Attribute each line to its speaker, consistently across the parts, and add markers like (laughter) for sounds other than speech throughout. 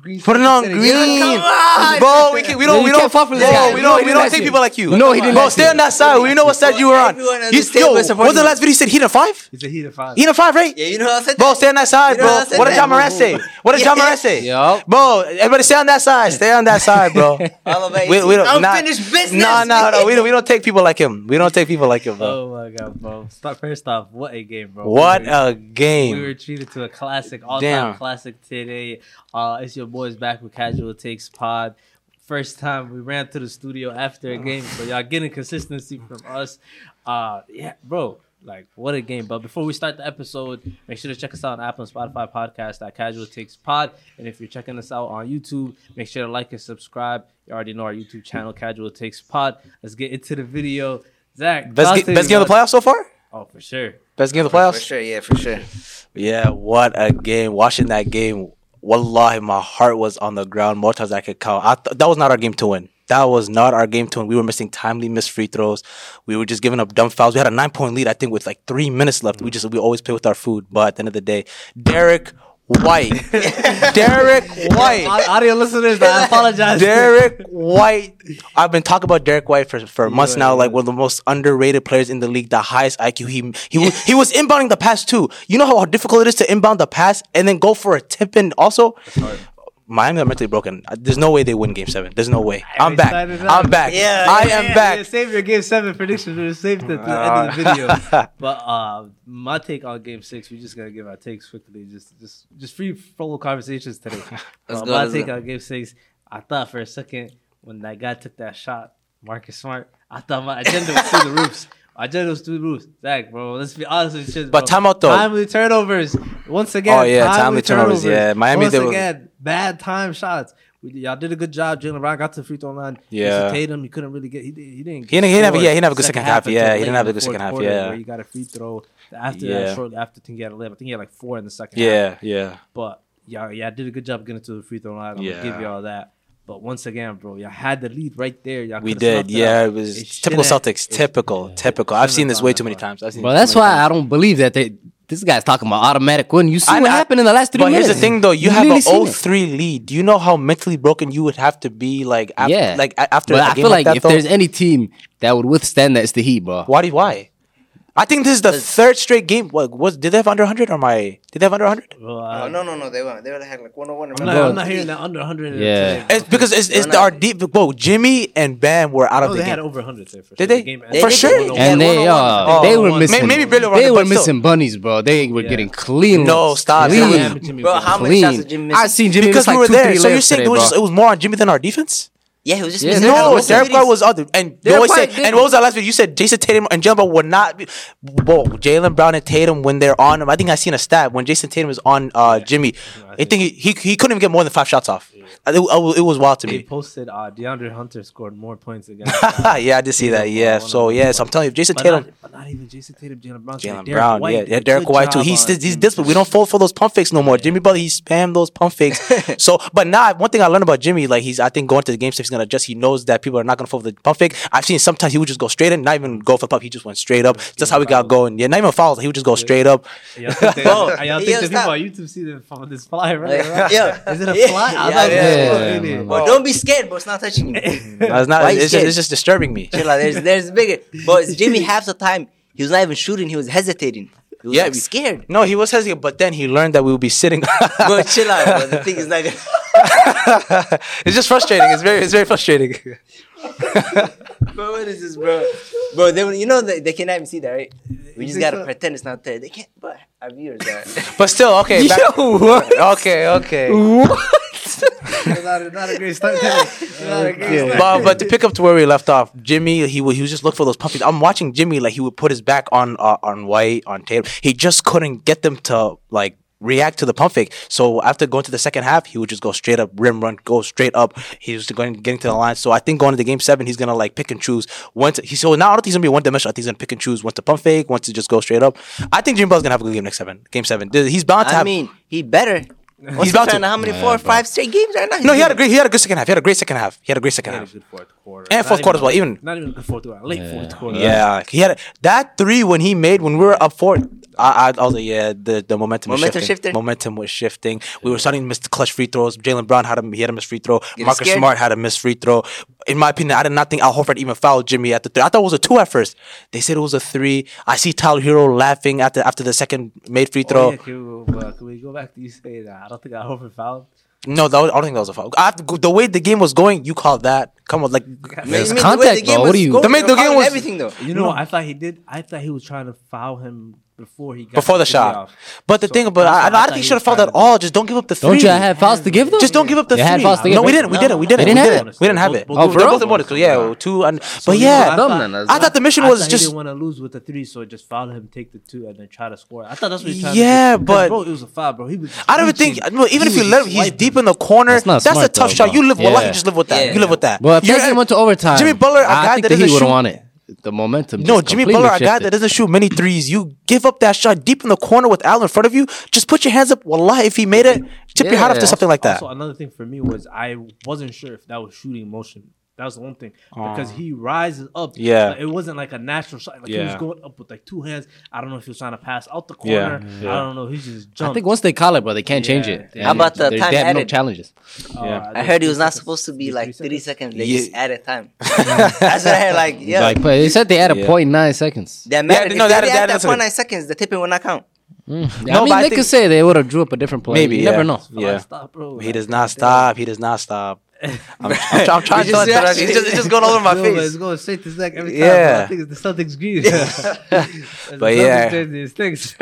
Speaker 1: grease.
Speaker 2: Put it on
Speaker 1: Come
Speaker 2: green.
Speaker 1: on.
Speaker 2: Bro, we, can, we don't,
Speaker 3: you
Speaker 2: we
Speaker 3: can't
Speaker 2: don't,
Speaker 3: fuck with this
Speaker 2: bro,
Speaker 3: guy.
Speaker 2: we
Speaker 3: You know
Speaker 2: don't,
Speaker 3: he
Speaker 2: we
Speaker 3: didn't
Speaker 2: don't
Speaker 3: last
Speaker 2: take
Speaker 3: year.
Speaker 2: people like you.
Speaker 3: No, he didn't
Speaker 2: Bro,
Speaker 3: last
Speaker 2: stay
Speaker 3: year.
Speaker 2: on that side. We know what side you were on.
Speaker 1: Everyone on
Speaker 2: You,
Speaker 1: the
Speaker 2: yo,
Speaker 3: table
Speaker 2: what's
Speaker 3: supporting
Speaker 2: the
Speaker 3: you.
Speaker 2: last video you said? He in a five?
Speaker 1: It's a heat of five.
Speaker 2: He in a five, right?
Speaker 1: Yeah, you know what I said.
Speaker 2: Bro,
Speaker 1: that?
Speaker 2: stay on that side,
Speaker 1: You know
Speaker 2: bro.
Speaker 1: what I said
Speaker 2: What did
Speaker 1: that?
Speaker 2: John Moran say? What did
Speaker 1: Yeah.
Speaker 2: John Moran say?
Speaker 3: Yup.
Speaker 2: Bro, everybody stay on that side. Stay on that side, bro.
Speaker 3: (laughs)
Speaker 1: Elevate.
Speaker 2: We, we don't, nah-
Speaker 1: Unfinished business.
Speaker 2: No, no, no. We don't, we don't take people like him. We don't take people like him, bro.
Speaker 4: Oh my god, bro! Start first off, what a game, bro!
Speaker 2: What
Speaker 4: We were-
Speaker 2: a
Speaker 4: We were
Speaker 2: game.
Speaker 4: treated to a classic, all-time
Speaker 2: Damn.
Speaker 4: classic today. Uh, it's your boys back with Casual Takes Pod. First time we ran to the studio after a game, so y'all getting consistency from us. Uh, yeah, bro. Like what a game! But before we start the episode, make sure to check us out on Apple and Spotify podcast at Casual Takes Pod. And if you're checking us out on YouTube, make sure to like and subscribe. You already know our YouTube channel, Casual Takes Pod. Let's get into the video. Zach,
Speaker 2: Best,
Speaker 4: talk
Speaker 2: ga-
Speaker 4: to me,
Speaker 2: best game of the
Speaker 4: bro.
Speaker 2: playoffs so far?
Speaker 4: Oh, for
Speaker 2: (laughs)
Speaker 4: sure.
Speaker 2: Best game of the
Speaker 1: For
Speaker 2: playoffs?
Speaker 1: sure, yeah, for sure.
Speaker 2: Yeah, what a game. Watching that game, wallahi, my heart was on the ground more times than I could count. I th- that was not our game to win. That was not our game to win. We were missing timely missed free throws. We were just giving up dumb fouls. We had a nine point lead, I think, with like three minutes left. We just, we always play with our food. But at the end of the day, Derek White. (laughs) Derek White.
Speaker 4: Audio listeners,
Speaker 2: (laughs)
Speaker 4: I apologize.
Speaker 2: Derek White. (laughs) I've been talking about Derek White for, for months now. Like one of the most underrated players in the league, the highest IQ. He he was, he was inbounding the pass too. You know how difficult it is to inbound the pass and then go for a tip in. Also, Miami are mentally broken. Uh, There's no way they win Game Seven. There's no way. I'm back.
Speaker 4: excited now.
Speaker 2: I'm back.
Speaker 1: Yeah,
Speaker 2: I
Speaker 1: yeah,
Speaker 2: am back.
Speaker 4: Save your game seven predictions. We're saved at the end of the
Speaker 2: (laughs)
Speaker 4: video. But uh, my take on game six, we're just gonna give our takes quickly, just just just free flow conversations
Speaker 2: (laughs)
Speaker 4: today. Uh,
Speaker 1: go,
Speaker 4: my
Speaker 1: let's
Speaker 4: take
Speaker 1: go.
Speaker 4: on game six, I thought for a second when that guy took that shot, Marcus Smart, I thought my agenda was through
Speaker 2: (laughs)
Speaker 4: the roofs. My agenda was through the roofs. Zach, bro, let's be honest with you.
Speaker 2: But timeout, though.
Speaker 4: Timely turnovers. Once again.
Speaker 2: Oh, yeah, timely turnovers, yeah. Miami
Speaker 4: Once
Speaker 2: did what-
Speaker 4: again, bad time shots. We, y'all did a good job. Jalen Brown got to the free throw line.
Speaker 2: Yeah.
Speaker 4: Jason Tatum, he couldn't really get. He, didn't- he didn't.
Speaker 2: He didn't- he didn't have a-
Speaker 4: score
Speaker 2: yeah, he didn't have a good second half.
Speaker 4: until
Speaker 2: Yeah, he
Speaker 4: late
Speaker 2: didn't
Speaker 4: in
Speaker 2: have a
Speaker 4: the
Speaker 2: good
Speaker 4: fourth
Speaker 2: second half,
Speaker 4: quarter
Speaker 2: yeah.
Speaker 4: Where he got a free throw after
Speaker 2: Yeah.
Speaker 4: that shortly after. I think he had eleven. I think he had like four in the second. half.
Speaker 2: Yeah, yeah.
Speaker 4: But y'all, y'all did a good job getting to the free throw line. I'm
Speaker 2: Yeah.
Speaker 4: gonna give y'all that. But once again, bro, y'all had the lead right there. Y'all
Speaker 2: We
Speaker 4: coulda
Speaker 2: did.
Speaker 4: snuffed it
Speaker 2: Yeah,
Speaker 4: out.
Speaker 2: it was
Speaker 4: It
Speaker 2: typical
Speaker 4: shouldn't-
Speaker 2: Celtics. Typical, typical. I've seen this way too many times. I've seen
Speaker 3: Bro,
Speaker 2: this
Speaker 3: that's
Speaker 2: too many
Speaker 3: why
Speaker 2: times.
Speaker 3: I don't believe that they. This guy's talking about automatic win. You see
Speaker 2: I
Speaker 3: what
Speaker 2: know-
Speaker 3: happened in the last three
Speaker 2: but
Speaker 3: minutes.
Speaker 2: here's the thing, though. You
Speaker 3: You've
Speaker 2: have
Speaker 3: really
Speaker 2: an
Speaker 3: seen it.
Speaker 2: 0-3 lead. Do you know how mentally broken you would have to be, like, after,
Speaker 3: yeah,
Speaker 2: like a- after
Speaker 3: But
Speaker 2: a
Speaker 3: I
Speaker 2: game
Speaker 3: feel like
Speaker 2: that,
Speaker 3: if
Speaker 2: though?
Speaker 3: there's any team that would withstand that, it's the Heat, bro.
Speaker 2: why? do- Why? I think this is the third straight game. What was? Did they have under 100 or my? Did they have under 100?
Speaker 4: Bro,
Speaker 1: Oh,
Speaker 4: I-
Speaker 1: no, no, no. They were they were like 101.
Speaker 4: I'm, not,
Speaker 3: Bro.
Speaker 4: I'm not hearing that under 100.
Speaker 3: Yeah.
Speaker 4: today, bro.
Speaker 2: It's because it's, it's
Speaker 1: No, no.
Speaker 2: our deep. Bro, Jimmy and Bam were out
Speaker 4: Oh,
Speaker 2: of
Speaker 4: they
Speaker 2: the
Speaker 4: had
Speaker 2: game.
Speaker 4: over 100 there for
Speaker 2: Did
Speaker 4: sure.
Speaker 2: they?
Speaker 4: The game
Speaker 2: They
Speaker 4: ended
Speaker 2: For
Speaker 4: with
Speaker 2: sure.
Speaker 4: 101.
Speaker 3: And they, uh,
Speaker 2: Oh,
Speaker 3: they were
Speaker 2: may-
Speaker 3: missing.
Speaker 2: maybe Billy Rogan,
Speaker 3: they were
Speaker 2: but still.
Speaker 3: missing bunnies, bro. They were
Speaker 4: Yeah.
Speaker 3: getting clean.
Speaker 2: No, stop.
Speaker 3: Clean.
Speaker 4: Yeah, but Jimmy
Speaker 1: Bro,
Speaker 4: was-
Speaker 1: how many
Speaker 3: clean.
Speaker 1: shots did Jimmy miss?
Speaker 3: I seen Jimmy
Speaker 2: Because
Speaker 3: miss like
Speaker 2: we were
Speaker 3: two,
Speaker 2: there.
Speaker 3: three
Speaker 2: So you're
Speaker 3: layups
Speaker 2: saying
Speaker 3: today,
Speaker 2: it was,
Speaker 3: bro.
Speaker 2: just, it was more on Jimmy than our defense?
Speaker 1: yeah, he was just
Speaker 3: Yeah,
Speaker 1: missing
Speaker 3: they had
Speaker 1: all
Speaker 3: a
Speaker 2: No,
Speaker 1: those
Speaker 3: open
Speaker 2: Derek White
Speaker 1: threes.
Speaker 2: was other. And they
Speaker 3: Derek
Speaker 2: always
Speaker 3: White
Speaker 2: said, and
Speaker 3: didn't.
Speaker 2: what was that last week? You said Jason Tatum and Jalen Brown would not be. Whoa, Jalen Brown and Tatum when they're on him. I think I seen a stat when Jason Tatum was on uh, Jimmy. I think he, he he couldn't even get more than five shots off. I think- I- it was wild to
Speaker 4: They
Speaker 2: me.
Speaker 4: posted uh, DeAndre Hunter scored more points against.
Speaker 2: (laughs) yeah, I did see that. Yeah, so yes, I'm telling you, if Jason
Speaker 4: but,
Speaker 2: Tatum.
Speaker 4: not, but not even Jason Tatum, Jalen Brown.
Speaker 2: Jalen Brown, yeah, yeah, Derek White too. He's he's
Speaker 4: this.
Speaker 2: disciplined. We don't fall for those pump fakes no more. Jimmy Butler, he spammed those pump
Speaker 1: (laughs)
Speaker 2: fakes. so, but now one thing I learned about Jimmy, like he's I think going to the game six, he's gonna adjust. He knows that people are not gonna fall for the pump fake. I've seen sometimes he would just go straight in, not even go for pump. He just went straight up. That's how we got going. Yeah, not even fouls. He would just go straight
Speaker 1: (laughs)
Speaker 2: up.
Speaker 4: Y'all think, they, y'all
Speaker 1: Bro,
Speaker 4: think
Speaker 1: yo,
Speaker 4: the people
Speaker 1: stop.
Speaker 4: on YouTube see the, from this fly right?
Speaker 1: Like,
Speaker 4: right?
Speaker 1: yeah.
Speaker 4: Is it a
Speaker 1: Yeah,
Speaker 4: fly? I
Speaker 1: yeah,
Speaker 4: thought it was
Speaker 1: yeah,
Speaker 4: a
Speaker 3: yeah,
Speaker 4: fly,
Speaker 3: yeah,
Speaker 4: innit?
Speaker 1: Bro, don't be scared, bro. It's not
Speaker 2: (laughs)
Speaker 1: touching you.
Speaker 2: No, it's not.
Speaker 1: Why you
Speaker 2: It's just,
Speaker 1: scared?
Speaker 2: it's just disturbing me.
Speaker 1: Chill out. There's, there's bigger. But it's Jimmy half the time he was not even shooting. He was hesitating. He was
Speaker 2: Yeah,
Speaker 1: like,
Speaker 2: we-
Speaker 1: scared.
Speaker 2: No, he was hesitant, but then he learned that we would be sitting.
Speaker 1: (laughs) Bro, chill out. Bro. The thing is not gonna.
Speaker 2: (laughs)
Speaker 1: (laughs)
Speaker 2: it's just frustrating. It's very, it's very frustrating. (laughs)
Speaker 1: Bro, what is this, bro? Bro, they, you know they, they cannot even see that, right? We just
Speaker 4: think
Speaker 1: gotta
Speaker 4: so?
Speaker 1: pretend it's not there. They can't. But our viewers are.
Speaker 2: But still, okay.
Speaker 1: (laughs)
Speaker 2: back-
Speaker 3: Yo, what?
Speaker 2: Okay, (laughs) okay.
Speaker 4: It's not, it's not a great start. It's not a great start.
Speaker 2: but but to pick up to where we left off, Jimmy he would he was just looking for those pumps. I'm watching Jimmy like he would put his back on uh, on White on Tatum. He just couldn't get them to like react to the pump fake. So after going to the second half, he would just go straight up rim run, go straight up. He was going getting to the line. So I think going into game seven, he's gonna like pick and choose when to, he so now I don't think he's gonna be one dimensional. I think he's gonna pick and choose when to pump fake, when to just go straight up. I think Jimmy Butler's gonna have a good game next seven. Game seven, he's bound to
Speaker 1: I
Speaker 2: have.
Speaker 1: mean, he better. What's
Speaker 2: He's
Speaker 1: he
Speaker 2: about to.
Speaker 1: trying How many four or five straight games right now?
Speaker 2: no, he had a great he had a good second half. He had a great second half. He had a great second
Speaker 4: Not a
Speaker 2: half.
Speaker 4: good fourth quarter.
Speaker 2: And
Speaker 4: Not
Speaker 2: fourth quarter as well, even-
Speaker 4: Not even a good fourth quarter. Late fourth quarter.
Speaker 2: Yeah, he had a, that three when he made when we were up four. I, I, I was like, yeah, the, the momentum, was
Speaker 1: Momentum
Speaker 2: shifting.
Speaker 1: shifted?
Speaker 2: Momentum was shifting. We were starting to miss the clutch free throws. Jalen Brown had a he had a missed free throw.
Speaker 1: Getting
Speaker 2: Marcus
Speaker 1: scared?
Speaker 2: Smart had a missed free throw. In my opinion, I did not think Al Horford even fouled Jimmy at the three. I thought it was a two at first. They said it was a three. I see Tyler Hero laughing after after the second made free throw.
Speaker 4: Oh, yeah, can, we, uh, can we go back to you saying that? I don't think I over fouled.
Speaker 2: No, that was, I don't think that was a foul. I, the way the game was going, you called that.
Speaker 4: (laughs)
Speaker 2: Come on, like
Speaker 3: There's
Speaker 1: I mean,
Speaker 3: contact,
Speaker 1: the way the
Speaker 3: bro.
Speaker 1: game
Speaker 3: What
Speaker 1: was
Speaker 3: do you-
Speaker 1: going,
Speaker 2: The ma- the
Speaker 1: they're
Speaker 2: game
Speaker 1: calling
Speaker 2: was-
Speaker 1: everything though.
Speaker 4: You know, I thought he did. I thought he was trying to foul him before he got
Speaker 2: before the
Speaker 4: tip
Speaker 2: shot.
Speaker 4: off.
Speaker 2: But the
Speaker 4: So
Speaker 2: thing about
Speaker 4: that's
Speaker 2: I, I
Speaker 4: what
Speaker 2: don't
Speaker 4: thought
Speaker 2: think
Speaker 4: he
Speaker 2: should have
Speaker 4: was
Speaker 2: fouled
Speaker 4: trying to
Speaker 2: at
Speaker 4: do.
Speaker 2: all. Just don't give up the three.
Speaker 3: Don't you have fouls to give them?
Speaker 2: Just don't give up the
Speaker 3: They
Speaker 2: three.
Speaker 3: had fouls to give
Speaker 2: no, we
Speaker 3: them.
Speaker 2: didn't. We didn't. We
Speaker 4: No.
Speaker 2: didn't.
Speaker 3: They
Speaker 2: we
Speaker 3: didn't
Speaker 2: didn't.
Speaker 3: have
Speaker 4: it.
Speaker 2: We didn't have
Speaker 4: Both-
Speaker 2: it.
Speaker 4: both- Oh,
Speaker 2: They
Speaker 4: for real?
Speaker 2: both in bonus, so yeah, two and.
Speaker 4: So
Speaker 2: But
Speaker 4: you know what
Speaker 2: yeah, I thought the mission
Speaker 4: I
Speaker 2: was
Speaker 4: thought
Speaker 2: just.
Speaker 4: He didn't want to lose with the three, so just foul him, take the two, and then try to score. I thought that's what he tried
Speaker 2: Yeah,
Speaker 4: to do. 'Cause,
Speaker 2: but-
Speaker 4: bro, it was a foul, bro. He was.
Speaker 2: I don't even
Speaker 4: reaching.
Speaker 2: think. No, even
Speaker 4: He
Speaker 2: if you
Speaker 4: was
Speaker 2: let him, he's
Speaker 4: swiping.
Speaker 2: deep in the corner. That's,
Speaker 3: That's not
Speaker 2: a
Speaker 3: smart,
Speaker 2: tough
Speaker 3: though,
Speaker 2: shot. You
Speaker 3: bro.
Speaker 2: live. Well, you
Speaker 3: Yeah.
Speaker 2: just live with that.
Speaker 1: Yeah.
Speaker 2: You live with that.
Speaker 3: Well, if
Speaker 2: You're-
Speaker 3: that game went to overtime,
Speaker 2: Jimmy Butler, a
Speaker 3: I
Speaker 2: guy
Speaker 3: think
Speaker 2: that
Speaker 3: the
Speaker 2: doesn't
Speaker 3: Heat would
Speaker 2: shoot-
Speaker 3: have won it. The momentum.
Speaker 2: No,
Speaker 3: just
Speaker 2: Jimmy
Speaker 3: completely
Speaker 2: Butler, a guy
Speaker 3: shifted.
Speaker 2: that doesn't shoot many threes. You give up that shot deep in the corner with Allen in front of you. Just put your hands up. Wallah, if he made it, tip your hat off
Speaker 3: Yeah.
Speaker 2: to something like that.
Speaker 4: Also, another thing for me was I wasn't sure if that was shooting motion. That was the one thing because he rises up.
Speaker 2: Yeah.
Speaker 4: but it wasn't like a natural shot. Like he was
Speaker 2: Yeah.
Speaker 4: going up with like two hands. I don't know if he was trying to pass out the
Speaker 2: Yeah,
Speaker 4: corner.
Speaker 2: yeah.
Speaker 4: I don't know. He just jumped.
Speaker 3: I think once they call it, bro, they can't change
Speaker 4: Yeah.
Speaker 3: it.
Speaker 4: How
Speaker 3: And
Speaker 1: about the
Speaker 3: there's-
Speaker 1: time
Speaker 3: They have no
Speaker 1: added?
Speaker 3: challenges.
Speaker 4: Uh,
Speaker 2: Yeah.
Speaker 1: I heard he
Speaker 4: three
Speaker 1: was not
Speaker 4: seconds.
Speaker 1: supposed to
Speaker 4: Three
Speaker 1: be like 30 seconds. They
Speaker 2: Yeah.
Speaker 1: just added time. (laughs) That's what I heard. Like, yeah.
Speaker 3: Like, but they said they added
Speaker 2: Yeah.
Speaker 3: 0.9 seconds.
Speaker 1: that mattered.
Speaker 2: no,
Speaker 1: if they
Speaker 2: that-
Speaker 1: didn't
Speaker 2: that-
Speaker 1: add that
Speaker 2: that's a-
Speaker 1: 0.9 seconds, the tipping would not count.
Speaker 2: No,
Speaker 3: I
Speaker 2: but
Speaker 3: mean,
Speaker 2: I
Speaker 3: they
Speaker 2: think-
Speaker 3: could say they would have drew up a different play.
Speaker 2: Maybe
Speaker 3: you
Speaker 2: yeah.
Speaker 3: never know.
Speaker 2: Yeah.
Speaker 4: Like, stop, bro.
Speaker 2: He
Speaker 4: Like,
Speaker 2: does not stop. He does not stop. I'm, I'm, try- I'm trying to
Speaker 1: He
Speaker 2: tell
Speaker 1: just-
Speaker 2: it, it's just, it's just going all
Speaker 1: (laughs)
Speaker 2: over my
Speaker 4: Yo, man, It's
Speaker 2: face.
Speaker 4: going straight to Zach every time.
Speaker 2: Yeah.
Speaker 4: Yeah. I think it's the Celtics green. (laughs) but
Speaker 2: But yeah.
Speaker 4: Thanks.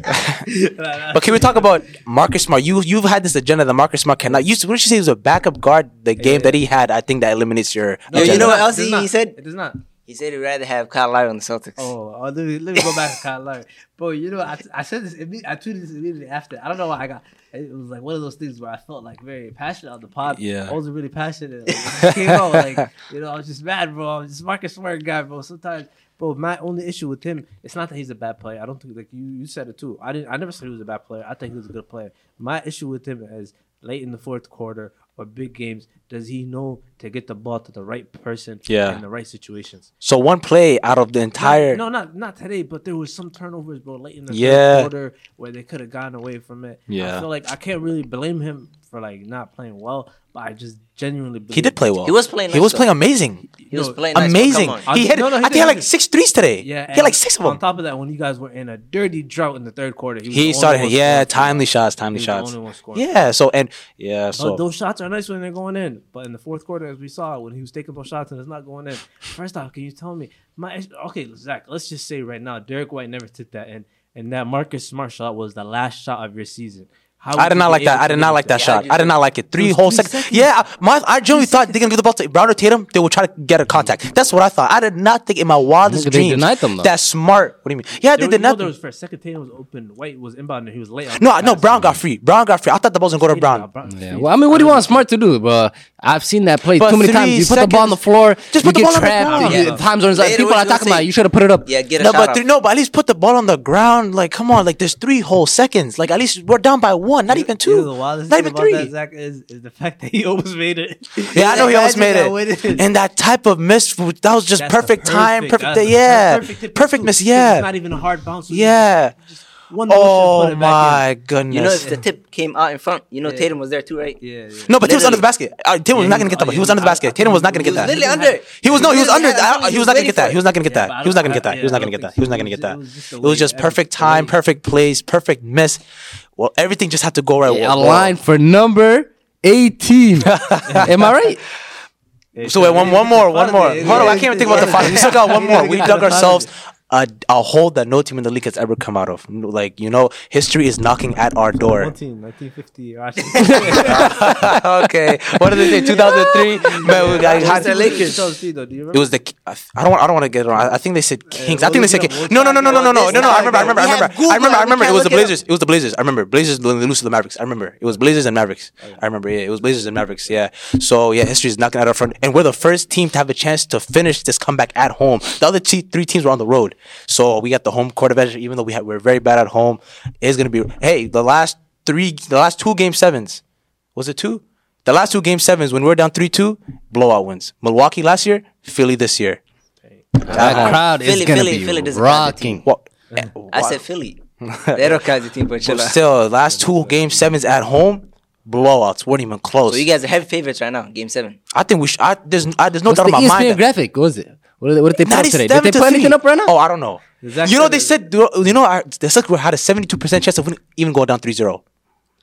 Speaker 2: But can we talk about Marcus Smart? You you've had this agenda that Marcus Smart cannot. You would you say he was a backup guard? The game that he had, I think that eliminates your.
Speaker 1: No, you
Speaker 2: agenda.
Speaker 1: know what else
Speaker 4: It does
Speaker 1: he-
Speaker 4: not.
Speaker 1: he said?
Speaker 4: It does not.
Speaker 1: He said he'd rather have Kyle Lowry on the Celtics.
Speaker 4: Oh, oh, let me let me go back to Kyle Lowry, bro. You know, I, I said this. imme- I tweeted this immediately after. I don't know why I got. It was like one of those things where I felt like very passionate on the pod.
Speaker 2: Yeah.
Speaker 4: I wasn't really passionate. Like, it just came out like you know, I was just mad, bro. I'm just Marcus Smart guy, bro. Sometimes, bro. My only issue with him, it's not that he's a bad player. I don't think like you you said it too. I didn't. I never said he was a bad player. I think he was a good player. My issue with him is late in the fourth quarter. Or big games, does he know to get the ball to the right person
Speaker 2: Yeah.
Speaker 4: in the right situations?
Speaker 2: So one play out of the entire.
Speaker 4: No, not not today, but there was some turnovers, bro, late in the
Speaker 2: Yeah.
Speaker 4: third quarter where they could have gotten away from it.
Speaker 2: Yeah.
Speaker 4: I feel like I can't really blame him for like not playing well, but I just genuinely believe
Speaker 2: He did play well.
Speaker 1: He was playing
Speaker 2: He was
Speaker 1: nice,
Speaker 2: playing amazing.
Speaker 1: he was
Speaker 4: No,
Speaker 1: playing nice, but
Speaker 2: Amazing.
Speaker 1: come on.
Speaker 4: on.
Speaker 2: He hit.
Speaker 4: No, no, he
Speaker 2: I think he had
Speaker 4: did.
Speaker 2: like six threes today.
Speaker 4: Yeah,
Speaker 2: He had like
Speaker 4: and
Speaker 2: six of
Speaker 4: On
Speaker 2: them.
Speaker 4: top of that, when you guys were in a dirty drought in the third quarter, was the
Speaker 2: He
Speaker 4: only
Speaker 2: started.
Speaker 4: one
Speaker 2: Yeah,
Speaker 4: scoring.
Speaker 2: timely shots. Timely
Speaker 4: He was the
Speaker 2: shots.
Speaker 4: only one scoring.
Speaker 2: Yeah. So and yeah. So
Speaker 4: Tho- Uh, those shots are nice when they're going in, but in the fourth quarter, as we saw, when he was taking those shots and it's not going in. First off, can you tell me my ex- okay, Zach? Let's just say right now, Derek White never took that in, and that Marcus Smart shot was the last shot of your season. How
Speaker 2: I
Speaker 4: would
Speaker 2: did
Speaker 4: you
Speaker 2: not
Speaker 4: be
Speaker 2: like that.
Speaker 4: able
Speaker 2: I
Speaker 4: to
Speaker 2: did
Speaker 4: live
Speaker 2: not
Speaker 4: with
Speaker 2: like
Speaker 4: that?
Speaker 2: that shot. I did not like it. Three
Speaker 4: was
Speaker 2: whole
Speaker 4: three
Speaker 2: seconds.
Speaker 4: seconds.
Speaker 2: Yeah, I- my I generally thought they're gonna give the ball to Brown or Tatum. They were trying to get a contact. That's what I thought. I did not think in my wildest
Speaker 3: They
Speaker 2: dreams
Speaker 3: denied them, though.
Speaker 2: that smart. What do you mean? Yeah,
Speaker 4: There, was-
Speaker 2: they
Speaker 4: you
Speaker 2: did
Speaker 4: know, there
Speaker 2: not.
Speaker 4: was first second Tatum was open. White was inbound and he was late. on
Speaker 2: No,
Speaker 4: the
Speaker 2: no.
Speaker 4: pass.
Speaker 2: Brown got free. Brown got free. I thought the ball was gonna go to
Speaker 4: Tatum
Speaker 2: Brown.
Speaker 4: got Brown.
Speaker 3: Yeah. Well, I mean, what do you want Smart to do, bro? I've seen that play
Speaker 2: But
Speaker 3: too many
Speaker 2: three
Speaker 3: times. You put the ball on the
Speaker 2: seconds-
Speaker 3: floor,
Speaker 2: Just
Speaker 3: you
Speaker 2: put the
Speaker 3: get
Speaker 2: ball on the
Speaker 3: trapped.
Speaker 2: ground.
Speaker 3: you
Speaker 1: Yeah.
Speaker 3: get time zones.
Speaker 1: Later,
Speaker 3: people
Speaker 1: what
Speaker 3: are
Speaker 1: you gonna
Speaker 3: talking about
Speaker 1: say?
Speaker 3: it. You should have put it up.
Speaker 1: Yeah, get a
Speaker 2: No,
Speaker 1: shot
Speaker 2: but
Speaker 1: off.
Speaker 2: three, no, but at least put the ball on the ground. Like, come on, like there's three whole seconds. Like at least we're down by one, not even
Speaker 4: You
Speaker 2: two,
Speaker 4: know, the wildest
Speaker 2: not
Speaker 4: thing
Speaker 2: even
Speaker 4: about
Speaker 2: three.
Speaker 4: That, Zach, is, is the fact that he (laughs) almost made it.
Speaker 2: Yeah, I know he almost made
Speaker 4: Imagine
Speaker 2: it.
Speaker 4: that when
Speaker 2: And that type of miss, w- that was just
Speaker 4: That's the
Speaker 2: perfect, time, perfect
Speaker 4: that's
Speaker 2: day.
Speaker 4: the
Speaker 2: Yeah,
Speaker 4: perfect tip,
Speaker 2: perfect,
Speaker 4: too,
Speaker 2: miss.
Speaker 4: 'cause It's
Speaker 2: Yeah,
Speaker 4: not even a hard bounce. so you
Speaker 2: yeah.
Speaker 4: One motion, put
Speaker 2: Oh
Speaker 4: it back
Speaker 2: my goodness.
Speaker 1: You know, if the tip came out in front, you know
Speaker 4: Yeah.
Speaker 1: Tatum was there too, right?
Speaker 4: in. Yeah, yeah.
Speaker 2: no, but Tatum was under
Speaker 1: literally-
Speaker 2: the basket. Uh, Tatum was
Speaker 4: Yeah,
Speaker 2: not
Speaker 4: he
Speaker 2: gonna
Speaker 4: was-
Speaker 2: get that.
Speaker 4: oh,
Speaker 2: He
Speaker 4: yeah,
Speaker 2: was under the
Speaker 4: I-
Speaker 2: basket.
Speaker 4: I
Speaker 2: Tatum was
Speaker 4: thought
Speaker 2: not
Speaker 4: he
Speaker 2: gonna
Speaker 4: was-
Speaker 2: get
Speaker 1: He was
Speaker 2: that.
Speaker 1: literally under.
Speaker 2: He was no, he was
Speaker 1: literally
Speaker 2: under.
Speaker 1: had-
Speaker 2: I, he was not gonna
Speaker 1: waiting
Speaker 2: get that.
Speaker 1: for
Speaker 2: He was not gonna get
Speaker 4: Yeah,
Speaker 2: that.
Speaker 4: but
Speaker 2: He
Speaker 4: I
Speaker 2: was not gonna
Speaker 4: don't-
Speaker 2: get that.
Speaker 4: yeah,
Speaker 2: He was
Speaker 4: I
Speaker 2: not gonna
Speaker 4: don't
Speaker 2: get that.
Speaker 4: think
Speaker 2: He was
Speaker 4: so.
Speaker 2: not
Speaker 4: It
Speaker 2: gonna
Speaker 4: was just-
Speaker 2: get that.
Speaker 4: it was just a
Speaker 2: It was
Speaker 4: way-
Speaker 2: just
Speaker 4: everything-
Speaker 2: perfect time, perfect place, perfect miss. Well, everything just had to go right.
Speaker 3: A
Speaker 2: Well,
Speaker 3: line for number
Speaker 2: (laughs)
Speaker 3: 18. (laughs) Am I right?
Speaker 4: Yeah,
Speaker 2: So wait, one, one more, one more,
Speaker 4: Yeah,
Speaker 2: one more. I
Speaker 4: yeah,
Speaker 2: can't even think
Speaker 4: yeah.
Speaker 2: about the final. We still got one
Speaker 4: Yeah,
Speaker 2: more.
Speaker 4: (laughs) yeah,
Speaker 1: (laughs)
Speaker 2: We
Speaker 4: yeah.
Speaker 2: dug ourselves a, a hole that no team in the league has ever come out of. Like you know, history is knocking at our door.
Speaker 4: 19, (laughs) 1950. or actually-
Speaker 2: (laughs) okay, what did
Speaker 1: (laughs)
Speaker 2: they say? 2003. Man, we got-
Speaker 4: (laughs)
Speaker 1: It was the Lakers.
Speaker 4: 2003 though, do you
Speaker 2: It
Speaker 4: remember?
Speaker 2: was the I th- I don't want I don't want to get it wrong. I, I think they said Kings. I think they said
Speaker 4: we'll
Speaker 2: Kings.
Speaker 4: look it
Speaker 2: No
Speaker 4: up.
Speaker 2: no no no no no no no no. I remember I remember I
Speaker 1: We have
Speaker 2: remember I remember I
Speaker 1: Google, we
Speaker 2: remember. It
Speaker 1: can
Speaker 2: was the
Speaker 1: look it up.
Speaker 2: Blazers. It was the Blazers. I remember Blazers lo- lose to the Mavericks. I remember it was Blazers and Mavericks.
Speaker 1: Oh,
Speaker 2: I remember yeah it was Blazers and Mavericks yeah. So yeah history is knocking at our front and we're the first team to have a chance to finish this comeback at home. The other te- three teams were on the road, so we got the home court advantage. Even though we had, we're very bad at home, it's gonna be hey the last three the last two game sevens was it two? The last two game sevens when we were down three two blowout wins. Milwaukee last year, Philly this year.
Speaker 3: That crowd is
Speaker 1: Philly-
Speaker 3: going
Speaker 2: Uh-huh.
Speaker 1: Philly-
Speaker 3: to
Speaker 1: Philly
Speaker 3: be
Speaker 1: doesn't have the
Speaker 3: rocking.
Speaker 2: Well,
Speaker 1: I said
Speaker 2: (laughs)
Speaker 1: Philly. They don't count the team for
Speaker 2: But
Speaker 1: Chile. So
Speaker 2: still, last two game sevens at home, blowouts weren't even close.
Speaker 1: you guys are heavy favorites right now, game seven.
Speaker 2: I think we should. I, there's, I, there's no
Speaker 3: What's
Speaker 2: doubt in
Speaker 3: the E
Speaker 2: my mind.
Speaker 3: ESPN
Speaker 2: that-
Speaker 3: graphic? What was it? What did they, what did they put up today? Did
Speaker 2: 97
Speaker 3: they
Speaker 2: to
Speaker 3: put anything
Speaker 2: three.
Speaker 3: up right now?
Speaker 2: Oh, I don't know.
Speaker 4: Zach
Speaker 2: you know,
Speaker 4: said
Speaker 2: they
Speaker 4: it-
Speaker 2: said, you know, I, the Celtics had a 72% chance of winning, even going down 3 0.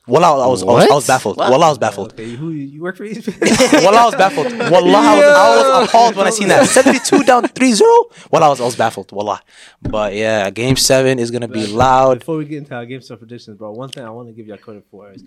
Speaker 2: Wallah, I was, I was, I was
Speaker 3: What?
Speaker 2: baffled.
Speaker 1: What?
Speaker 2: Wallah, I was baffled.
Speaker 4: Okay, who you work for? E These? (laughs)
Speaker 2: Wallah, I was
Speaker 3: (laughs)
Speaker 2: baffled. Wallah, I, was, I was appalled when I seen that. 72 down 3 0. Wallah, I was, I was baffled. Wallah. But yeah, game seven is going to be loud.
Speaker 4: Before we get into our game stuff predictions, bro, one thing I want to give y'all credit for is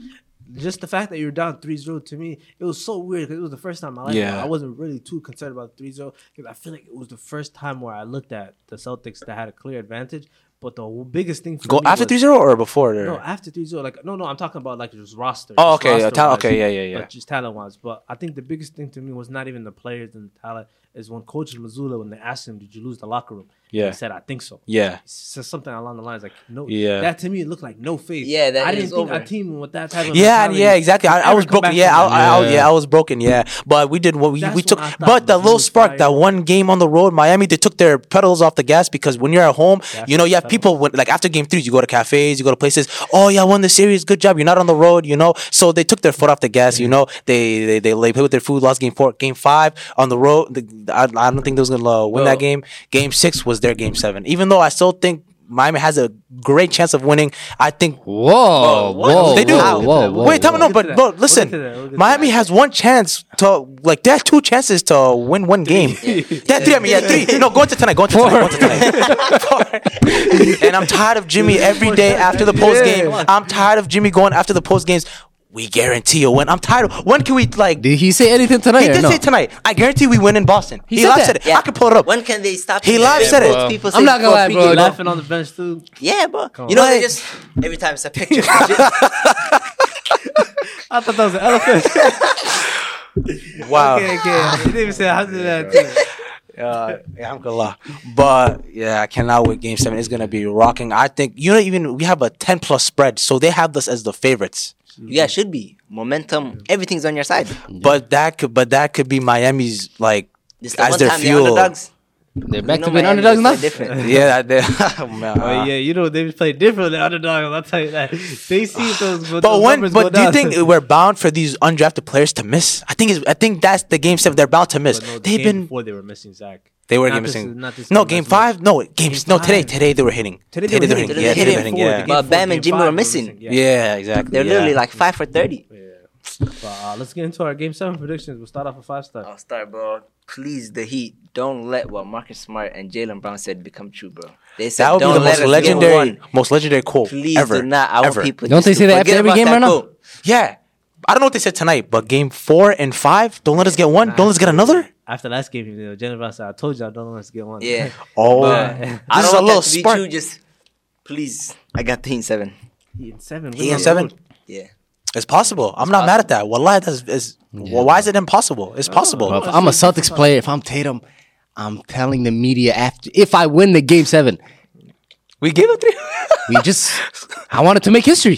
Speaker 4: just the fact that you were down 3-0 to me, it was so weird because it was the first time in my life.
Speaker 2: Yeah.
Speaker 4: I wasn't really too concerned about 3-0 because I feel like it was the first time where I looked at the Celtics that had a clear advantage. But the biggest thing for
Speaker 2: Go
Speaker 4: me
Speaker 2: after
Speaker 4: was-
Speaker 2: 3 0 or before?
Speaker 4: No,
Speaker 2: Or?
Speaker 4: after 3-0, like no, no, I'm talking about like just roster.
Speaker 2: Oh,
Speaker 4: just
Speaker 2: okay, yeah,
Speaker 4: roster
Speaker 2: talent-
Speaker 4: wise,
Speaker 2: okay, yeah, yeah, yeah.
Speaker 4: But just talent wise, but I think the biggest thing to me was not even the players and the talent is when Coach Missoula when they asked him, "Did you lose the locker room?"
Speaker 2: Yeah.
Speaker 4: he said, "I think so."
Speaker 2: Yeah.
Speaker 4: says something along the lines like no
Speaker 2: Yeah.
Speaker 4: that to me looked like no faith
Speaker 1: Yeah, that
Speaker 4: I didn't
Speaker 1: is
Speaker 4: think
Speaker 1: over.
Speaker 4: a team with that type of
Speaker 2: Yeah, and
Speaker 4: mentality
Speaker 2: yeah, exactly. I, I
Speaker 4: ever
Speaker 2: was
Speaker 4: come
Speaker 2: broken.
Speaker 4: back
Speaker 2: Yeah, I,
Speaker 4: from that.
Speaker 2: I, I, yeah, I was broken. Yeah, but we did what we,
Speaker 4: That's
Speaker 2: we took.
Speaker 4: when I thought
Speaker 2: But that
Speaker 4: we
Speaker 2: little
Speaker 4: was
Speaker 2: spark,
Speaker 4: fired.
Speaker 2: that one game on the road, Miami, they took their pedals off the gas because when you're at home, you know you have people when, like after game three, you go to cafes, you go to places. Oh yeah, I won the series. Good job. You're not on the road. You know, so they took their foot off the gas. You know, they they they, they played with their food. Lost game four, game five on the road. The, I, I don't think they was gonna uh, win
Speaker 1: Well-
Speaker 2: that game. Game six was their game seven. Even though I still think. Miami has a great chance of winning. I think
Speaker 3: Whoa, whoa,
Speaker 1: what?
Speaker 3: Uh, whoa,
Speaker 2: They do.
Speaker 3: Whoa, whoa, whoa,
Speaker 2: Wait, tell me no,
Speaker 4: We'll get
Speaker 2: but
Speaker 4: to that.
Speaker 2: bro,
Speaker 4: We'll get
Speaker 2: listen.
Speaker 4: to that. We'll get to
Speaker 2: Miami has one chance to like they have two chances to win one game. They have three, I mean,
Speaker 4: (laughs)
Speaker 2: yeah, three. No, go into tonight, go into tonight, go into tonight. Four. And I'm tired of Jimmy every
Speaker 4: (laughs)
Speaker 2: day after the post game.
Speaker 4: Yeah.
Speaker 2: I'm tired of Jimmy going after the post games. We guarantee a win. I'm tired. Of, when can we like?
Speaker 3: Did he say anything tonight?
Speaker 2: He
Speaker 3: or
Speaker 2: did
Speaker 3: no?
Speaker 2: say tonight. I guarantee we win in Boston. He,
Speaker 3: said
Speaker 2: live
Speaker 3: that.
Speaker 2: said it. I could pull it up.
Speaker 1: When can they stop?
Speaker 2: He
Speaker 1: you?
Speaker 2: live
Speaker 1: Yeah,
Speaker 2: said it.
Speaker 1: both People
Speaker 3: I'm
Speaker 1: say
Speaker 3: not gonna
Speaker 1: for
Speaker 3: lie,
Speaker 1: free
Speaker 3: bro.
Speaker 4: (laughs)
Speaker 1: game.
Speaker 4: laughing on the bench too
Speaker 1: Yeah, bro. You know
Speaker 2: on.
Speaker 1: they just every time it's a
Speaker 2: (laughs)
Speaker 1: picture. Shit.
Speaker 4: I thought that was an elephant
Speaker 2: Wow.
Speaker 4: okay okay I didn't even say how did that
Speaker 2: (laughs)
Speaker 4: too.
Speaker 2: Uh, yeah, I'm gonna lie, but yeah, I cannot wait. Game seven is gonna be rocking. I think you know, even we have a ten plus spread, so they have this as the favorites.
Speaker 1: you guys should be momentum. Everything's on your side.
Speaker 2: But that could, but that could be Miami's like
Speaker 1: This is the
Speaker 2: as
Speaker 1: one
Speaker 2: their
Speaker 1: time
Speaker 2: fuel.
Speaker 1: the underdogs.
Speaker 3: They're back
Speaker 1: you know
Speaker 3: to being
Speaker 1: Miami,
Speaker 3: underdogs
Speaker 1: they play
Speaker 3: now. (laughs)
Speaker 2: (laughs)
Speaker 1: Different.
Speaker 2: Yeah, they, (laughs) oh, man,
Speaker 4: Oh,
Speaker 2: uh,
Speaker 4: yeah, you know they play different than underdogs. I'll tell you that. They see those. But
Speaker 2: Uh, But when, but do
Speaker 4: (laughs)
Speaker 2: you think we're bound for these undrafted players to miss? I think it's, I think that's the game seven they're bound to miss. They've been
Speaker 4: before they were missing Zach.
Speaker 2: they were
Speaker 4: Not
Speaker 2: game
Speaker 4: this-
Speaker 2: missing.
Speaker 4: not this
Speaker 2: No,
Speaker 4: game
Speaker 2: game
Speaker 4: as much.
Speaker 2: five. No, games. No, today,
Speaker 4: five.
Speaker 2: today they were hitting.
Speaker 4: Today they were hitting.
Speaker 2: Yeah,
Speaker 1: They
Speaker 2: today they were
Speaker 1: were
Speaker 2: hitting.
Speaker 1: hitting
Speaker 2: Yeah,
Speaker 1: forward. But Bam and Jimmy were missing.
Speaker 2: yeah, exactly.
Speaker 1: They're
Speaker 2: yeah.
Speaker 1: literally like five for thirty.
Speaker 4: Yeah. But, uh, let's get into our game seven predictions. We'll start off with five star.
Speaker 1: I'll start, bro. Please, the Heat, don't let what Marcus Smart and Jalen Brown said become true, bro. They said,
Speaker 2: That would
Speaker 1: don't
Speaker 2: be the
Speaker 1: let
Speaker 2: most
Speaker 1: us get
Speaker 2: legendary,
Speaker 1: one.
Speaker 2: most legendary quote
Speaker 1: Please
Speaker 2: ever.
Speaker 1: do not. I want
Speaker 2: ever.
Speaker 1: people.
Speaker 3: Don't
Speaker 1: just
Speaker 3: they
Speaker 1: to
Speaker 3: say that after
Speaker 1: forget
Speaker 3: every
Speaker 1: about
Speaker 3: game
Speaker 1: that
Speaker 3: right now?
Speaker 1: goal.
Speaker 2: Yeah, I don't know what they said tonight, but game four and five, don't let us get one. Don't let us get another.
Speaker 4: After last game, you know, Jennifer said, "I told you I don't want us to get one."
Speaker 1: Yeah.
Speaker 2: Oh, (laughs)
Speaker 1: But
Speaker 2: this
Speaker 1: I
Speaker 2: is
Speaker 1: don't
Speaker 2: a
Speaker 1: want
Speaker 2: little
Speaker 1: that to be
Speaker 2: spark.
Speaker 1: true. Just please, I got the Heat in seven.
Speaker 4: (laughs) He in seven.
Speaker 1: He
Speaker 4: win
Speaker 1: in
Speaker 4: on the
Speaker 2: seven.
Speaker 4: road.
Speaker 1: Yeah.
Speaker 2: It's possible. I'm not mad at that. Wallah, that's is. Why is it impossible?
Speaker 3: Oh,
Speaker 2: It's possible.
Speaker 3: Bro, if I'm a Celtics player, if I'm Tatum, I'm telling the media after if I win the game seven,
Speaker 2: we gave it three. (laughs)
Speaker 3: we just I wanted to make history.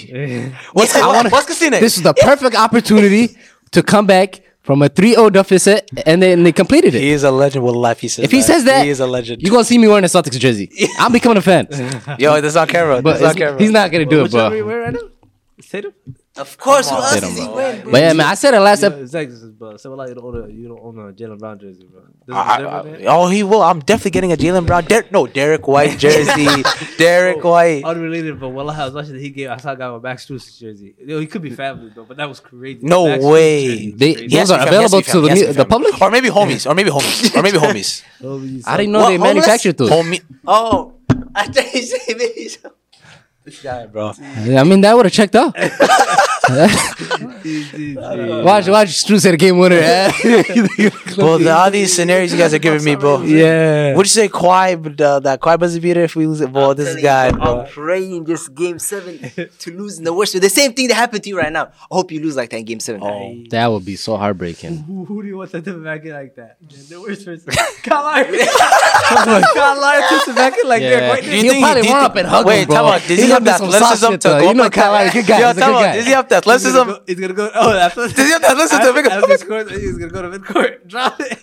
Speaker 2: what's what's,
Speaker 3: I wanna-
Speaker 2: what's Christina?
Speaker 3: This was the perfect opportunity to come back from a 3-0 deficit, and then they completed
Speaker 2: He
Speaker 3: it.
Speaker 2: is a legend. Wallah, if he says
Speaker 3: If he
Speaker 2: that.
Speaker 3: says that,
Speaker 2: he is a legend.
Speaker 3: You're gonna see me wearing a Celtics jersey. I'm becoming a fan,
Speaker 2: (laughs) Yo, this is on camera.
Speaker 3: but
Speaker 2: This is on
Speaker 3: it's-
Speaker 2: camera.
Speaker 3: he's not gonna do it,
Speaker 4: Which number you
Speaker 3: bro.
Speaker 4: wear right now? It's Tatum.
Speaker 1: Of course, who else
Speaker 3: Tatum,
Speaker 1: is he
Speaker 3: bro.
Speaker 1: wearing?
Speaker 3: But yeah, man, I said it last
Speaker 4: Yeah,
Speaker 3: episode.
Speaker 4: exactly, bro. So like you don't own a you don't own a Jalen Brown jersey, bro. Doesn't
Speaker 2: I-
Speaker 4: deserve
Speaker 2: I-
Speaker 4: it, man?
Speaker 2: oh, he will. I'm definitely getting a Jalen Brown. Der- no, Derek White
Speaker 3: (laughs)
Speaker 2: jersey. Derek White.
Speaker 3: Oh,
Speaker 4: Unrelated, but while I was watching the Heat game, I saw a guy with Max Struess jersey. Yo, he could be family though, but that was crazy.
Speaker 2: No
Speaker 4: Max Struess
Speaker 2: way.
Speaker 4: jersey was
Speaker 3: They-
Speaker 4: crazy.
Speaker 3: Those are available to the me- the public?
Speaker 2: or maybe homies, or maybe homies, or maybe (laughs) homies.
Speaker 4: Nobody saw
Speaker 3: I didn't
Speaker 4: it.
Speaker 3: know
Speaker 1: What,
Speaker 3: they
Speaker 1: homeless?
Speaker 3: manufactured those.
Speaker 2: Homie,
Speaker 1: Oh, (laughs) I thought you said maybe. so.
Speaker 2: bro.
Speaker 3: I mean, that would have checked out. watch, watch, Struz had a game winner. eh?
Speaker 2: (laughs) Well, the, all these scenarios you guys are giving me, (laughs) bro.
Speaker 3: yeah.
Speaker 2: Would you say Kawhi, but, uh, that Kawhi buzzer beater if we lose it,
Speaker 3: Oh,
Speaker 2: bro? This
Speaker 1: Telling
Speaker 2: guy,
Speaker 1: you, I'm
Speaker 2: bro.
Speaker 1: praying this game seven to lose in the worst. way. The same thing that happened to you right now. I hope you lose like that in game seven.
Speaker 3: Oh. That would be so heartbreaking.
Speaker 4: Who, who do you want that to back it like that? Man, The worst person. Kyle Lowry. Kyle Lowry puts it back in like that.
Speaker 3: Yeah.
Speaker 4: Right there.
Speaker 3: He'll probably
Speaker 2: do you
Speaker 3: run
Speaker 2: think-
Speaker 3: up and hug
Speaker 2: Wait,
Speaker 3: him, bro.
Speaker 2: tell me, does he,
Speaker 3: He's
Speaker 2: have the
Speaker 3: gonna do some soft
Speaker 2: athleticism
Speaker 3: shit,
Speaker 2: to go
Speaker 3: though. You
Speaker 2: up
Speaker 3: know
Speaker 2: and
Speaker 3: Kyle Lowry, good guy,
Speaker 2: Yo,
Speaker 3: he's a
Speaker 2: tell
Speaker 3: good
Speaker 2: me,
Speaker 3: guy.
Speaker 2: does he have the
Speaker 4: He's
Speaker 2: athleticism? (laughs)
Speaker 4: gonna go- He's gonna go. Oh, that's
Speaker 2: Does he have the athleticism to
Speaker 4: After,
Speaker 2: make a- (laughs)
Speaker 4: after, scores, he's gonna go to midcourt, drop it.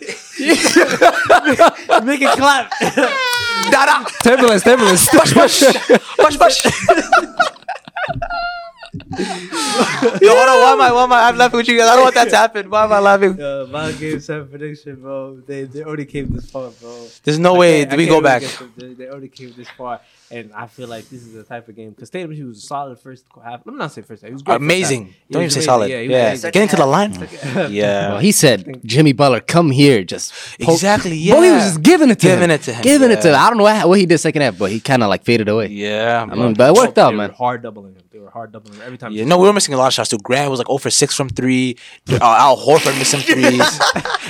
Speaker 4: Make it clap. (laughs)
Speaker 2: Da-da!
Speaker 3: turbulence, (laughs) turbulence.
Speaker 2: Push, push. (laughs) Yo, hold on. Why am I? Why am I? I'm laughing with you guys. I don't want that to happen. Why am I laughing?
Speaker 4: Yo, Uh, my game seven prediction, bro. They they already came this far, bro.
Speaker 2: There's no
Speaker 4: I
Speaker 2: way
Speaker 4: can't- I
Speaker 2: we
Speaker 4: can't
Speaker 2: go
Speaker 4: really
Speaker 2: back.
Speaker 4: get them. They, they already came this far, and I feel like this is the type of game because Tatum he was a solid first qu- half. Let me not say first half. He was great first
Speaker 2: Amazing.
Speaker 4: half. He
Speaker 2: Don't even
Speaker 4: was
Speaker 2: say
Speaker 4: amazing.
Speaker 2: solid.
Speaker 4: he
Speaker 2: Yeah,
Speaker 4: was amazing.
Speaker 2: getting to the (laughs) line.
Speaker 3: Well,
Speaker 2: Yeah,
Speaker 3: he said, Jimmy Butler, come here. Just poke-
Speaker 2: exactly. Yeah,
Speaker 3: But he was just giving it to
Speaker 2: Giving
Speaker 3: him.
Speaker 2: it to him,
Speaker 3: Giving it to
Speaker 2: yeah.
Speaker 3: him. I don't know what, what he did second half, but he kind of like faded away.
Speaker 2: yeah.
Speaker 3: I mean, but it worked out,
Speaker 4: Oh, They were
Speaker 3: man.
Speaker 4: Hard doubling him. They were hard doubling him every time.
Speaker 2: Yeah, no, we were missing a lot of shots too. Grant was like 0 for 6 from
Speaker 3: (laughs)
Speaker 2: 3. Uh, Al Horford missing threes.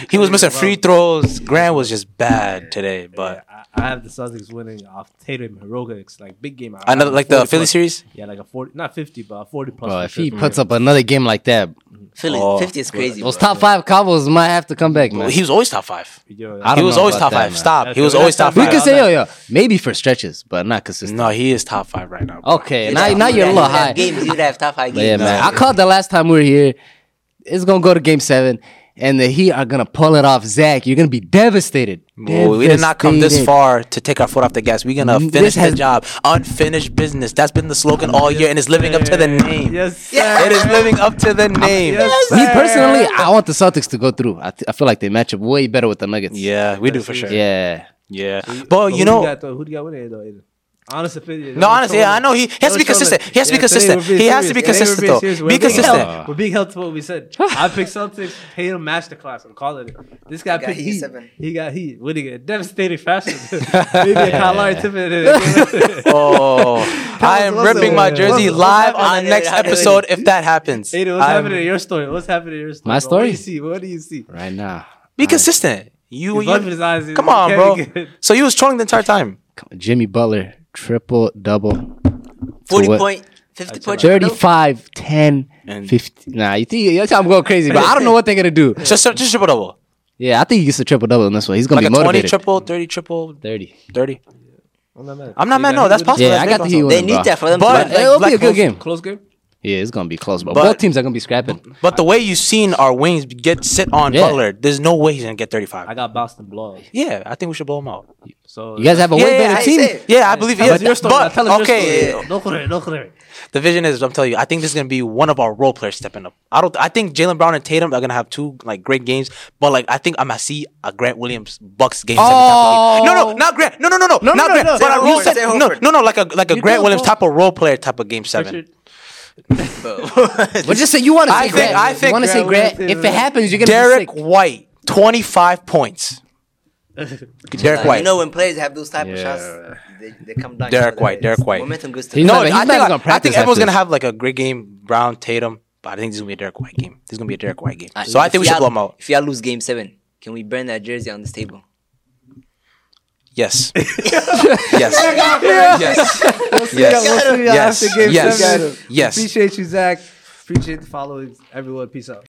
Speaker 2: he was missing free throws. Grant was just bad today. But
Speaker 4: I, I have the Celtics winning off Tatum heroics, like big game. I have
Speaker 2: another,
Speaker 4: a
Speaker 2: like the
Speaker 4: 40
Speaker 2: Philly
Speaker 4: plus-
Speaker 2: series?
Speaker 4: Yeah, like a forty, not fifty, but a forty plus.
Speaker 3: Bro,
Speaker 4: for
Speaker 3: if he
Speaker 4: sure.
Speaker 3: puts up another game like that,
Speaker 1: Philly,
Speaker 2: Oh,
Speaker 1: 50 is crazy.
Speaker 3: those
Speaker 1: bro.
Speaker 3: top five combos might have to come back, man.
Speaker 2: He was always top five.
Speaker 4: Yo,
Speaker 3: I
Speaker 2: He
Speaker 3: don't
Speaker 2: was
Speaker 3: know
Speaker 2: always
Speaker 3: about
Speaker 2: top
Speaker 3: that,
Speaker 2: five.
Speaker 3: man.
Speaker 2: Stop. He
Speaker 4: Okay,
Speaker 2: was
Speaker 4: we're
Speaker 2: always
Speaker 4: not
Speaker 2: top
Speaker 3: we
Speaker 4: talking
Speaker 2: five.
Speaker 3: could
Speaker 4: about
Speaker 3: say, yo, yo, maybe for stretches, but not consistent.
Speaker 2: No, he is top five right now. bro.
Speaker 3: Okay,
Speaker 1: You'd
Speaker 3: now,
Speaker 1: have-
Speaker 3: now
Speaker 1: you'd
Speaker 3: you're a
Speaker 1: have- you'd
Speaker 3: little
Speaker 1: have
Speaker 3: high.
Speaker 1: Games, you'd have top high games.
Speaker 3: But yeah, man. I called the last time we were here. It's gonna go to game seven, and the Heat are gonna pull it off. Zach, you're gonna be devastated.
Speaker 2: Well, we did not come this
Speaker 3: Devastated.
Speaker 2: far to take our foot off the gas. We're gonna
Speaker 3: This
Speaker 2: finish
Speaker 3: has-
Speaker 2: the job. Unfinished business. That's been the slogan all year, and it's living up to the name. (laughs)
Speaker 4: Yes, sir.
Speaker 2: It is living up to the name.
Speaker 3: Me personally, I want the Celtics to go through. I, th- I feel like they match up way better with the Nuggets.
Speaker 2: Yeah, we do for sure. Yeah,
Speaker 3: yeah.
Speaker 2: But you
Speaker 4: who
Speaker 2: know,
Speaker 4: you got, though? who do you got winning it, though? Aiden? Honest opinion.
Speaker 2: No, honestly, yeah, I know he, he has to be consistent. He has to be consistent. He has to be consistent though. Be consistent.
Speaker 4: We're being held to what we said. I picked Celtics, Tatum masterclass. I'm calling it. This guy
Speaker 1: got
Speaker 4: picked
Speaker 1: heat
Speaker 4: Heat.
Speaker 1: seven.
Speaker 4: He got Heat. Winning it.
Speaker 2: (laughs)
Speaker 4: Devastating fashion. Maybe a Kyle Lowry tip it (laughs) in.
Speaker 2: Oh, I am
Speaker 4: was also-
Speaker 2: ripping my
Speaker 4: yeah.
Speaker 2: jersey
Speaker 4: What's- what's
Speaker 2: live
Speaker 1: happening?
Speaker 2: on next
Speaker 1: How do we-
Speaker 2: episode if that happens.
Speaker 4: Aiden, what's
Speaker 2: I'm-
Speaker 4: happening in your story? What's happening in your story?
Speaker 3: My
Speaker 4: bro? What do
Speaker 3: story?
Speaker 4: you see? What do you see?
Speaker 3: Right now,
Speaker 2: Be consistent. You,
Speaker 4: He's bugging
Speaker 2: you
Speaker 4: his eyes. He
Speaker 2: (laughs) come
Speaker 4: (laughs)
Speaker 2: on,
Speaker 4: can't
Speaker 2: bro.
Speaker 4: be good.
Speaker 2: So you was trolling the entire time.
Speaker 3: come- Jimmy Butler triple double,
Speaker 1: 40
Speaker 3: what?
Speaker 1: point, 50 point.
Speaker 3: 35, 10,
Speaker 2: And-
Speaker 3: 15. Nah, you think you think I'm going crazy, but I don't know what they're gonna do.
Speaker 2: Just just triple double,
Speaker 3: Yeah, I think he gets a triple double in this one. He's gonna
Speaker 2: like a
Speaker 3: be
Speaker 2: twenty
Speaker 3: motivated.
Speaker 2: triple, thirty triple,
Speaker 3: Thirty.
Speaker 2: thirty.
Speaker 4: I'm not mad.
Speaker 2: I'm not
Speaker 4: You got
Speaker 2: mad. No,
Speaker 4: Heat
Speaker 2: that's
Speaker 4: winning?
Speaker 2: possible.
Speaker 3: Yeah,
Speaker 2: That's
Speaker 3: I
Speaker 2: very
Speaker 3: got the Heat
Speaker 2: possible.
Speaker 1: They
Speaker 3: winning, bro.
Speaker 1: need that for them to
Speaker 2: But-
Speaker 1: win.
Speaker 3: It'll be a
Speaker 2: Black
Speaker 3: good game.
Speaker 4: Close game.
Speaker 3: Yeah, it's gonna be close, but,
Speaker 2: But-
Speaker 3: both teams are gonna be scrapping.
Speaker 2: But the way you've seen our wings get sit on
Speaker 3: Yeah.
Speaker 2: Butler, there's no way he's gonna get
Speaker 4: I
Speaker 2: 35.
Speaker 4: got Boston blowing.
Speaker 2: Yeah, I think we should blow him out.
Speaker 4: So
Speaker 3: You guys have a way
Speaker 2: yeah,
Speaker 3: better
Speaker 1: I
Speaker 3: team.
Speaker 1: say-
Speaker 2: Yeah, I believe he
Speaker 4: Tell us
Speaker 2: is.
Speaker 4: your story.
Speaker 2: But
Speaker 4: Tell us
Speaker 2: okay,
Speaker 4: your story. No correr, no correr.
Speaker 2: The vision is, I'm telling you, I think this is gonna be one of our role players stepping up. I don't, I think Jalen Brown and Tatum are gonna have two like great games, but like I think I'm gonna see a Grant Williams Bucks game. seven type of game. No, no, not Grant. No, no, no, no,
Speaker 3: No, no,
Speaker 2: not
Speaker 3: no,
Speaker 2: Grant.
Speaker 3: no.
Speaker 2: But
Speaker 1: Say
Speaker 2: I will
Speaker 1: Horford,
Speaker 2: say,
Speaker 1: say
Speaker 2: no,
Speaker 1: Horford.
Speaker 2: no, no, like a like a Grant
Speaker 4: don't
Speaker 2: Williams
Speaker 4: know.
Speaker 2: type of role player type of game seven.
Speaker 4: Richard,
Speaker 3: But just say you want to
Speaker 2: I
Speaker 3: say
Speaker 2: think-
Speaker 3: Grant.
Speaker 2: I
Speaker 3: you
Speaker 2: think uh,
Speaker 3: want to say
Speaker 4: Grant Williams
Speaker 3: Grant.
Speaker 4: is-
Speaker 3: If it happens, you're gonna be
Speaker 2: Derek
Speaker 3: sick.
Speaker 2: White, 25 points. Derek
Speaker 1: Like,
Speaker 2: White.
Speaker 1: you know when players have those type of
Speaker 3: Yeah.
Speaker 1: shots, they, they come down.
Speaker 2: Derek
Speaker 1: each other.
Speaker 2: White, Derek
Speaker 1: It's-
Speaker 2: White.
Speaker 1: Momentum goes to the
Speaker 3: He's
Speaker 2: no,
Speaker 3: not- he's
Speaker 2: I,
Speaker 3: not
Speaker 2: think,
Speaker 3: gonna
Speaker 2: I
Speaker 3: practice
Speaker 2: think everyone's
Speaker 3: after
Speaker 2: gonna
Speaker 3: this.
Speaker 2: have like a great game. Brown, Tatum, but I think this is gonna be a Derek White game. This is gonna be a Derek White game.
Speaker 1: Uh,
Speaker 2: So I
Speaker 1: if
Speaker 2: think we should
Speaker 1: y'all-
Speaker 2: blow him out.
Speaker 1: If y'all lose game seven, can we burn that jersey on this table?
Speaker 2: Yes. yes. Yes. Yes.
Speaker 4: We'll see y'all
Speaker 2: Yes.
Speaker 4: after game
Speaker 2: Yes.
Speaker 4: seven.
Speaker 2: Yes.
Speaker 4: Appreciate you, Zach. Appreciate the following. Everyone, peace out.